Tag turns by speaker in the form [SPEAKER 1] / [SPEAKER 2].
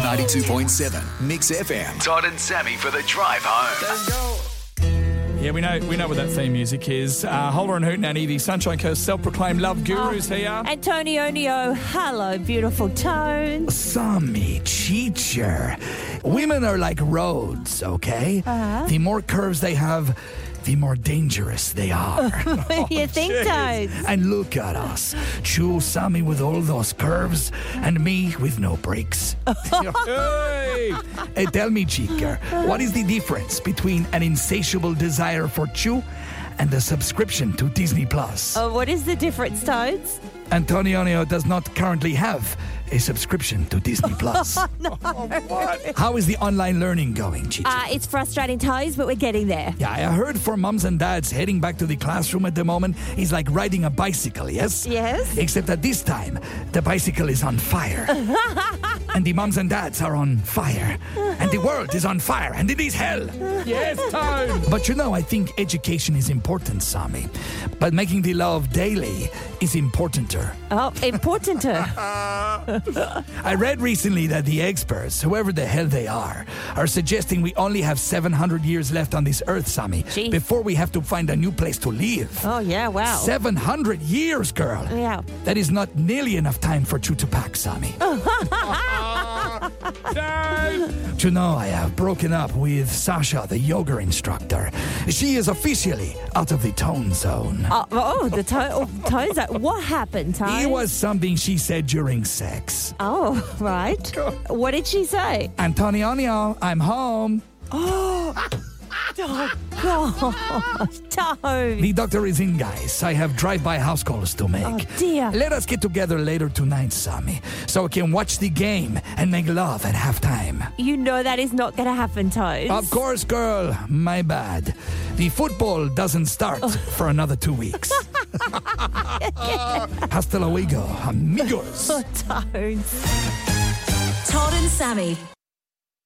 [SPEAKER 1] 92.7 Mix FM. Todd and Sammy for the drive home.
[SPEAKER 2] Yeah, we know we know what that theme music is. Uh, Holder and Hootenanny, the Sunshine Coast self-proclaimed love gurus
[SPEAKER 3] Oh.
[SPEAKER 2] here.
[SPEAKER 3] Antonio Neo, hello, beautiful tones.
[SPEAKER 4] Sammy teacher. Women are like roads, okay? The more curves they have, the more dangerous they are.
[SPEAKER 3] What do you think, tones?
[SPEAKER 4] and look at us. Choose Sammy with all those curves and me with no breaks.
[SPEAKER 2] Hey!
[SPEAKER 4] Eh, tell me, Chica, what is the difference between an insatiable desire for chew and a subscription to Disney Plus?
[SPEAKER 3] Uh, what is the difference, tones?
[SPEAKER 4] Antonio does not currently have a subscription to Disney Plus. How is the online learning going, Chica?
[SPEAKER 3] Uh, it's frustrating, tones, but we're getting there.
[SPEAKER 4] Yeah, I heard for mums and dads heading back to the classroom at the moment is like riding a bicycle, yes?
[SPEAKER 3] Yes.
[SPEAKER 4] Except that this time, the bicycle is on fire. and the mums and dads are on fire. And the world is on fire. And it is hell.
[SPEAKER 2] yes, Tone!
[SPEAKER 4] But you know, I think education is important, Sami. But making the love daily is importanter.
[SPEAKER 3] Oh, importanter.
[SPEAKER 4] I read recently that the experts, whoever the hell they are, are suggesting we only have 700 years left on this earth, Sami,
[SPEAKER 3] Jeez.
[SPEAKER 4] before we have to find a new place to live.
[SPEAKER 3] oh, yeah, wow.
[SPEAKER 4] 700 years, girl.
[SPEAKER 3] Yeah.
[SPEAKER 4] That is not nearly enough time for you to pack, Sami.
[SPEAKER 2] Tone!
[SPEAKER 4] You know, I have broken up with Sasha, the yoga instructor. She is officially out of the tone zone.
[SPEAKER 3] Uh, oh, the tone, oh, tones. uh, What happened, tones?
[SPEAKER 4] It was something she said during sex.
[SPEAKER 3] Oh, right. What did she say?
[SPEAKER 4] Antonio, I'm home.
[SPEAKER 3] Tones.
[SPEAKER 4] The doctor is in, guys. I have drive-by house calls to make.
[SPEAKER 3] Oh, dear.
[SPEAKER 4] Let us get together later tonight, Sami, so we can watch the game and make love at halftime.
[SPEAKER 3] You know that is not going to happen, tones.
[SPEAKER 4] Of course, girl. My bad. The football doesn't start
[SPEAKER 3] Oh.
[SPEAKER 4] for another two weeks. Hasta luego, amigos.
[SPEAKER 3] Oh, Tones.
[SPEAKER 5] Todd and Sammy.